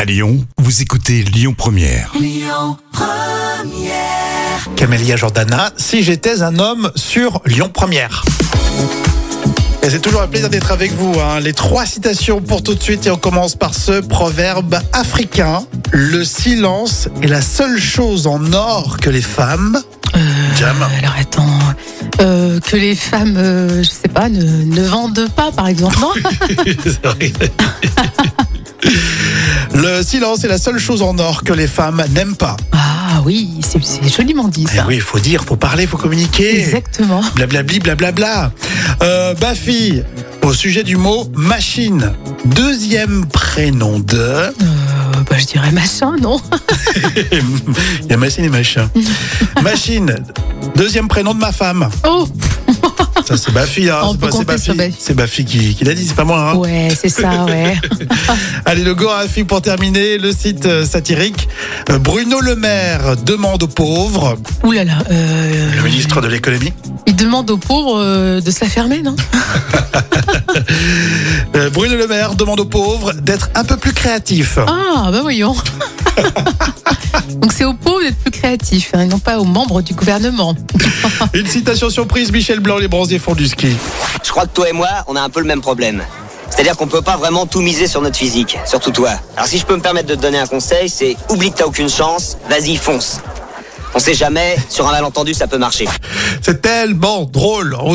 À Lyon, vous écoutez Lyon Première. Camélia Jordana, si j'étais un homme sur Lyon Première. Et c'est toujours un plaisir d'être avec vous. hein. Les trois citations pour tout de suite et on commence par ce proverbe africain. Le silence est la seule chose en or que les femmes. Jam. Alors attends, euh, que les femmes, euh, je sais pas, ne, ne vendent pas par exemple, non C'est vrai. Le silence est la seule chose en or que les femmes n'aiment pas. Ah oui, c'est c'est joliment dit Eh ça. oui, il faut dire, faut parler, faut communiquer. Exactement. Blablabli, blablabla. Euh, Bafi, au sujet du mot machine, deuxième prénom de. Euh, bah, je dirais machin, non Il y a machine et machin. machine, deuxième prénom de ma femme. Oh Ça, c'est Bafi, hein. On c'est peut pas- c'est compter sur Bafi. Bafi. C'est Bafi qui, qui l'a dit, c'est pas moi, hein. Ouais, c'est ça, ouais. Allez, le Gorafi pour terminer, le site euh, satirique. Euh, Bruno Le Maire demande aux pauvres, Ouh là là. euh, le ministre de l'économie. Il demande aux pauvres euh, de se la fermer, non Euh, Bruno Le Maire demande aux pauvres d'être un peu plus créatifs. Ah, bah voyons. Donc c'est aux pauvres d'être plus créatifs, hein, et non pas aux membres du gouvernement. Ah. Une citation surprise, Michel Blanc, les bronziers font du ski. Je crois que toi et moi, on a un peu le même problème. C'est-à-dire qu'on peut pas vraiment tout miser sur notre physique, surtout toi. Alors si je peux me permettre de te donner un conseil, c'est oublie que t'as aucune chance, vas-y, fonce. On sait jamais, sur un malentendu, ça peut marcher. C'est tellement drôle. On-